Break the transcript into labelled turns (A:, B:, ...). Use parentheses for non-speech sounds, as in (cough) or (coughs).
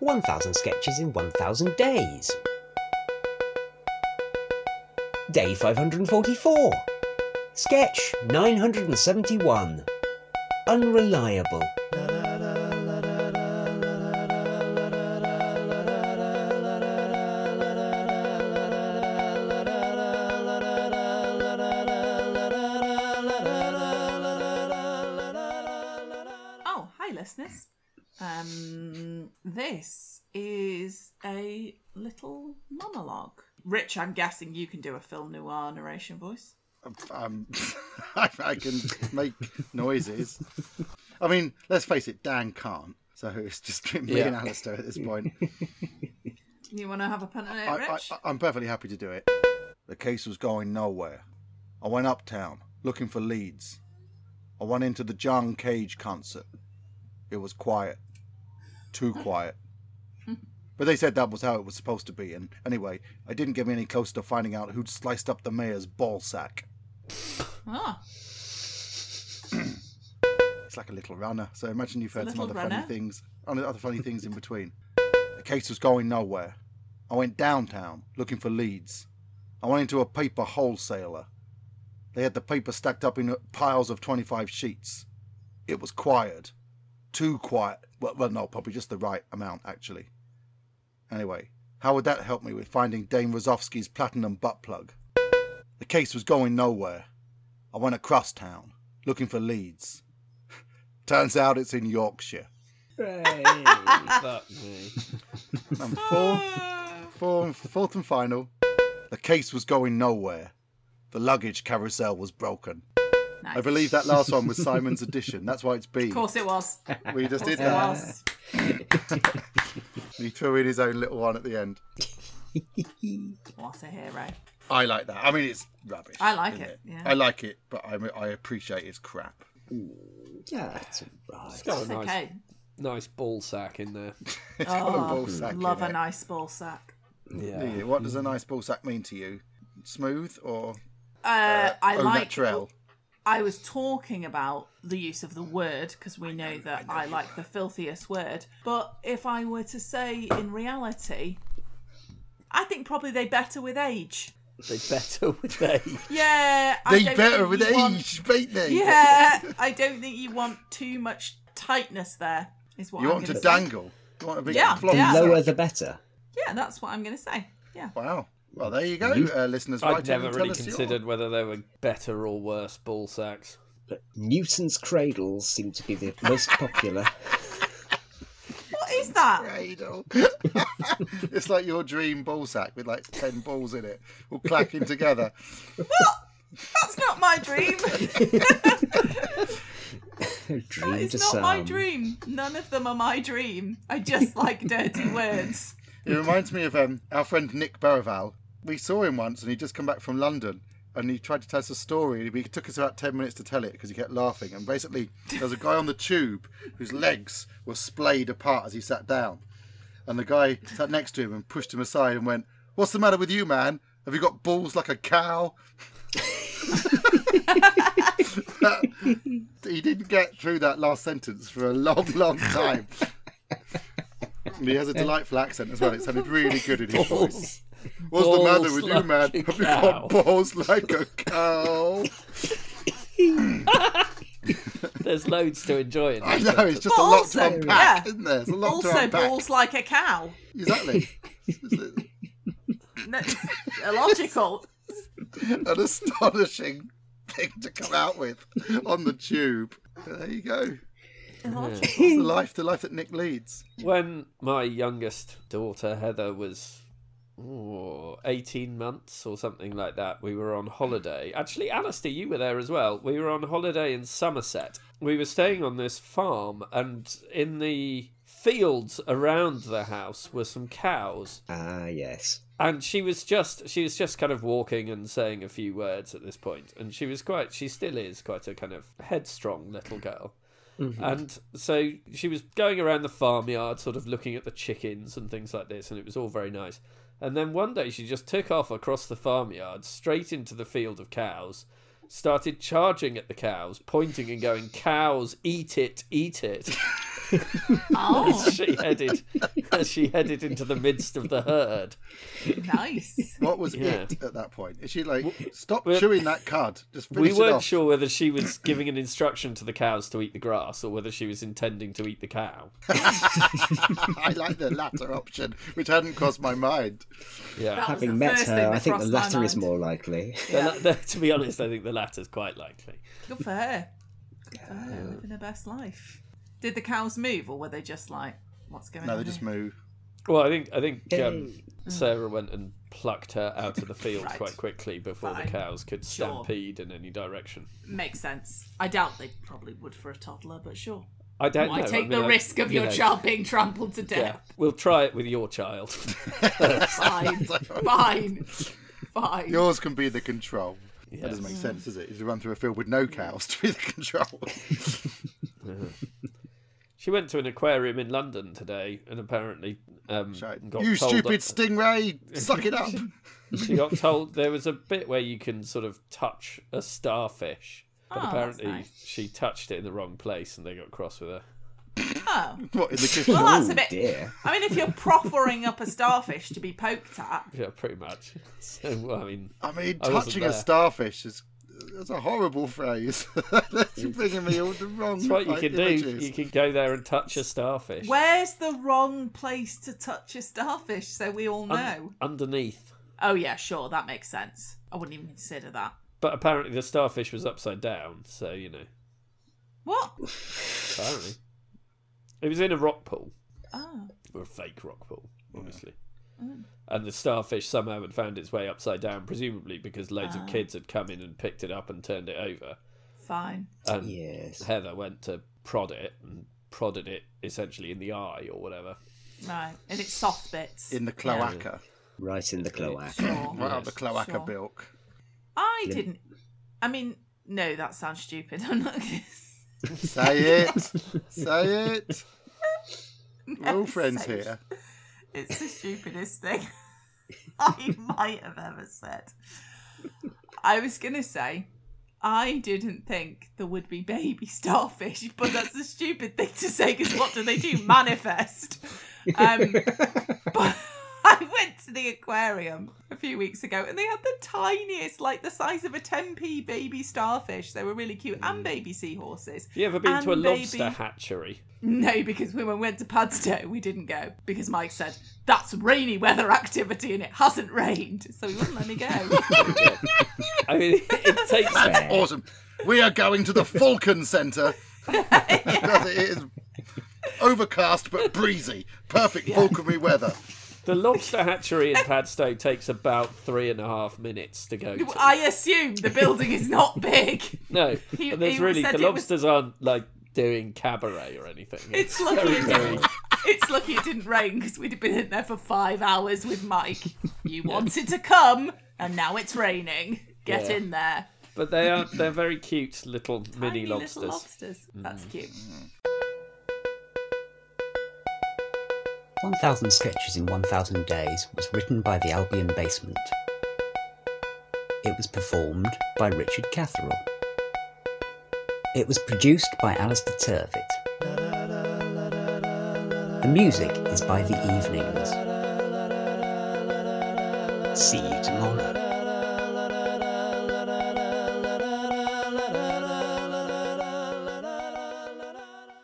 A: 1000 Sketches in 1000 Days. Day 544. Sketch 971. Unreliable.
B: Oh, hi, listeners. Um, this is a little monologue. Rich, I'm guessing you can do a film noir narration voice.
C: um, (laughs) I, I can make noises. I mean, let's face it, Dan can't. So it's just (laughs) between me and
D: Yeah.
C: Alistair at this point.
B: You want to have a punt at it,
C: I,
B: Rich?
C: I, I'm perfectly happy to do it. The case was going nowhere. I went uptown looking for leads. I went into the John Cage concert. It was quiet. Too quiet. But they said that was how it was supposed to be, and anyway, I didn't get any closer to finding out who'd sliced up the mayor's ball sack.
B: Ah,
C: It's like a little runner. So imagine you've heard some
B: little
C: other
B: runner.
C: funny things, other other funny things in between. The case was going nowhere. I went downtown looking for leads. I went into a paper wholesaler. They had the paper stacked up in piles of 25 sheets. It was quiet. Too quiet. Well, well no, probably just the right amount, actually. Anyway, how would that help me with finding Dane Rozovsky's platinum butt plug? The case was going nowhere. I went across town looking for leads. Turns out it's in Yorkshire.
A: (laughs)
D: Fuck me.
C: Number four,
B: Ah.
C: four, fourth and final. The case was going nowhere. The luggage carousel was broken.
B: nice.
C: I believe that last one was Simon's addition. That's why it's B.
B: Of course it was. Of
C: We (laughs) just
B: course
C: did
B: it
C: that.
B: was.
C: He threw in his own little one at the end.
B: What a hero.
C: I like that. I mean, it's rubbish.
B: I like
C: isn't
B: it, yeah.
C: I like it, but I, I appreciate it's crap.
A: Yeah, that's alright.
D: Got a
B: It's
D: nice,
B: okay.
D: nice ball sack in there.
C: It's got a
B: Oh,
C: ball sack
B: Love
C: in
B: a
C: it.
B: nice ball sack.
D: Yeah.
C: Yeah, What does a nice ball sack mean to you? Smooth or
B: Uh, I
C: au
B: like.
C: naturel?
B: I was talking about the use of the word because we know that I, like the filthiest word. But if I were to say in reality, I think probably they better with age.
D: They better (laughs) with age.
B: Yeah, I
C: They
B: don't
C: better
B: think
C: with
B: you
C: age,
B: want-
C: mate, they.
B: Yeah, I don't think you want too much tightness there. Is what
C: You
B: I'm
C: want to
B: gonna
C: dangle. You want to be
B: Yeah,
C: floppy.
B: yeah.
C: sack.
A: Lower the better.
B: Say. Yeah, that's what I'm going to say. Yeah.
C: Wow. Well, there you go,
A: Mm-hmm.
C: uh, listeners. Why
D: I'd
C: don't you
D: never
C: tell
D: really
C: us your-
D: considered whether they were better or worse ball (laughs) sacks.
A: But Newton's cradles seem to be the most
B: (laughs)
A: popular.
B: What is that?
C: Cradle. (laughs) it's like your dream ball sack with like 10 balls in it, all clacking together.
B: That's not my (laughs) dream.
A: Dream
B: It's
A: to
B: not
A: some.
B: my dream. None of them are my dream. I just like dirty words.
C: It reminds me of um, our friend Nick Baraval. We saw him once and he'd just come back from London and he tried to tell us a story. It took us about 10 minutes to tell it because he kept laughing. And basically, there was a guy on the tube whose legs were splayed apart as he sat down. And the guy sat next to him and pushed him aside and went, What's the matter with you, man? Have you got balls like a cow? (laughs) he didn't get through that last sentence for a long, long time. And he has a delightful accent as well. It sounded really good in his voice.
D: Balls.
C: What's the matter with you,
D: Balls
C: man?
D: like a
C: Have you got
D: cow.
C: balls like a cow?
D: There's loads to enjoy in
C: I (laughs)
D: that.
C: know, it's just
B: But
C: a lot
B: also-
C: to unpack,
B: yeah.
C: isn't there? It's a lot to
B: Also,
C: unpack.
B: balls like a cow.
C: Exactly.
B: No, it's (laughs) illogical.
C: (laughs) An astonishing thing to come out with on the tube. There you go.
B: illogical.
C: It's the life, the life that Nick leads.
D: When my youngest daughter Heather was ooh, 18 months or something like that, we were on holiday. Actually, Alistair, you were there as well. We were on holiday in Somerset. We were staying on this farm, and in the fields around the house were some cows
A: Ah, yes.
D: and she was just she was just kind of walking and saying a few words at this point and she was quite she still is quite a kind of headstrong little girl and so she was going around the farmyard sort of looking at the chickens and things like this and it was all very nice and then one day she just took off across the farmyard straight into the field of cows started charging at the cows pointing and going cows eat it (laughs) eat it
B: Oh,
D: (laughs) as she headed as she headed into the midst of the herd.
B: nice.
C: What was
D: Yeah.
C: it at that point? Is she like, stop
D: we're-
C: chewing that cud? Just
D: We
C: finish it
D: weren't
C: off.
D: sure whether
C: (clears throat)
D: she was giving an instruction to the cows to eat the grass or whether she was intending to eat
C: (laughs)
D: the cow.
C: I like the latter option, which hadn't crossed my mind.
D: Yeah.
B: That was
A: Having
B: the
A: met
B: first thing
A: her,
B: that
A: I think the
B: crossed my
A: latter is
B: mind.
A: more likely.
D: The la- the- (laughs) to be honest, I think the latter's quite likely.
B: Good for her. Good for her, living her best life. Did the cows move, or were they just like, what's going
C: No,
B: on?
C: they just
B: here?
C: move.
D: Well, I think I think um, Sarah went and plucked her out of the field
B: Oh. (laughs) Right.
D: quite quickly before
B: Fine.
D: the cows could
B: Sure.
D: stampede in any direction.
B: Makes sense. I doubt they probably would for a toddler, but sure.
D: I don't
B: Why
D: know. I
B: take
D: mean,
B: the
D: I-
B: risk of
D: you
B: your
D: know,
B: child being trampled to
D: Yeah, (laughs)
B: death?
D: we'll try it with your child. (laughs)
B: Fine. Fine. Fine.
C: Yours can be the control. That doesn't
D: Yeah.
C: make sense, does it? If you run through a field with no cows (laughs) to be the control.
D: She went to an aquarium in London today, and apparently um,
C: Right.
D: got
C: You
D: told
C: stupid
D: that-
C: stingray, suck
D: (laughs)
C: it up.
D: she got told there was a bit where you can sort of touch a starfish, but
B: Oh, that's
D: apparently
B: nice.
D: she touched it in the wrong place, and they got cross with her.
B: Oh.
C: what in the kitchen?
B: Well, that's
A: oh
B: a bit.
A: dear.
B: I mean, if you're proffering up a starfish to be poked at,
D: Yeah, pretty much. (laughs) So well, I mean,
C: I mean,
D: I wasn't
C: touching a
D: there.
C: starfish is that's a horrible phrase. (laughs) You're bringing me all the wrong.
D: that's what you
C: like,
D: can do.
C: images.
D: You can go there and touch a starfish
B: where's the wrong place to touch a starfish? So we all know.
D: un- underneath.
B: Oh yeah, sure, that makes sense. I wouldn't even consider that.
D: But apparently the starfish was upside down, so you know.
B: What?
D: Apparently, it was in a rock pool.
B: Oh, Mm.
D: or a fake rock pool, obviously. And the starfish somehow had found its way upside down, presumably because loads
B: Ah.
D: of kids had come in and picked it up and turned it over.
B: fine.
D: And
A: Yes.
D: Heather went to prod it and prodded it essentially in the eye or whatever.
B: Right, and it's soft bits.
C: in the cloaca.
A: Right in the cloaca.
C: (laughs)
B: Sure.
C: Right up the cloaca
B: Sure. (laughs)
C: bilk.
B: I didn't. I mean, no, that sounds stupid. (laughs) I'm not.
C: Say it. Say
B: (laughs)
C: it. We're all friends
B: Say it.
C: here.
B: It's the stupidest thing (laughs) I might have ever said. I was going to say, I didn't think there would be baby starfish, but that's a stupid thing to say because what do they do? Manifest. Um, but (laughs) I went to the aquarium a few weeks ago and they had the tiniest, like the size of a 10p baby starfish. They were really cute and baby seahorses.
D: Mm. Have you ever been to a
B: And
D: lobster
B: baby-
D: hatchery?
B: No, because when we went to Padstow, we didn't go because Mike said that's rainy weather activity and it hasn't rained, so he wouldn't let me go. (laughs)
D: I mean, it takes.
A: Fair.
C: Awesome. We are going to the
B: (laughs)
C: Falcon Centre because it is overcast but breezy. Perfect falconry weather.
D: The lobster hatchery in Padstow takes about three and a half minutes to go to.
B: I assume the building is not big. (laughs)
D: No,
B: He-
D: and there's
B: he
D: really.
B: said
D: The
B: it was-
D: lobsters aren't like doing cabaret or anything.
B: It's lucky it
D: very-
B: didn't. It's lucky it didn't rain because we'd have been in there for five hours with Mike. You wanted to come, and now it's raining. Get
D: Yeah.
B: in there.
D: But
B: (coughs)
D: they are they're very cute little mini
B: Tiny
D: lobsters. Mm.
B: Little lobsters. That's cute.
A: 1000 Sketches in 1000 Days was written by the Albion Basement. It was performed by Richard Catherall. It was produced by Alistair Turvitt. The music is by The Evenings. See you tomorrow.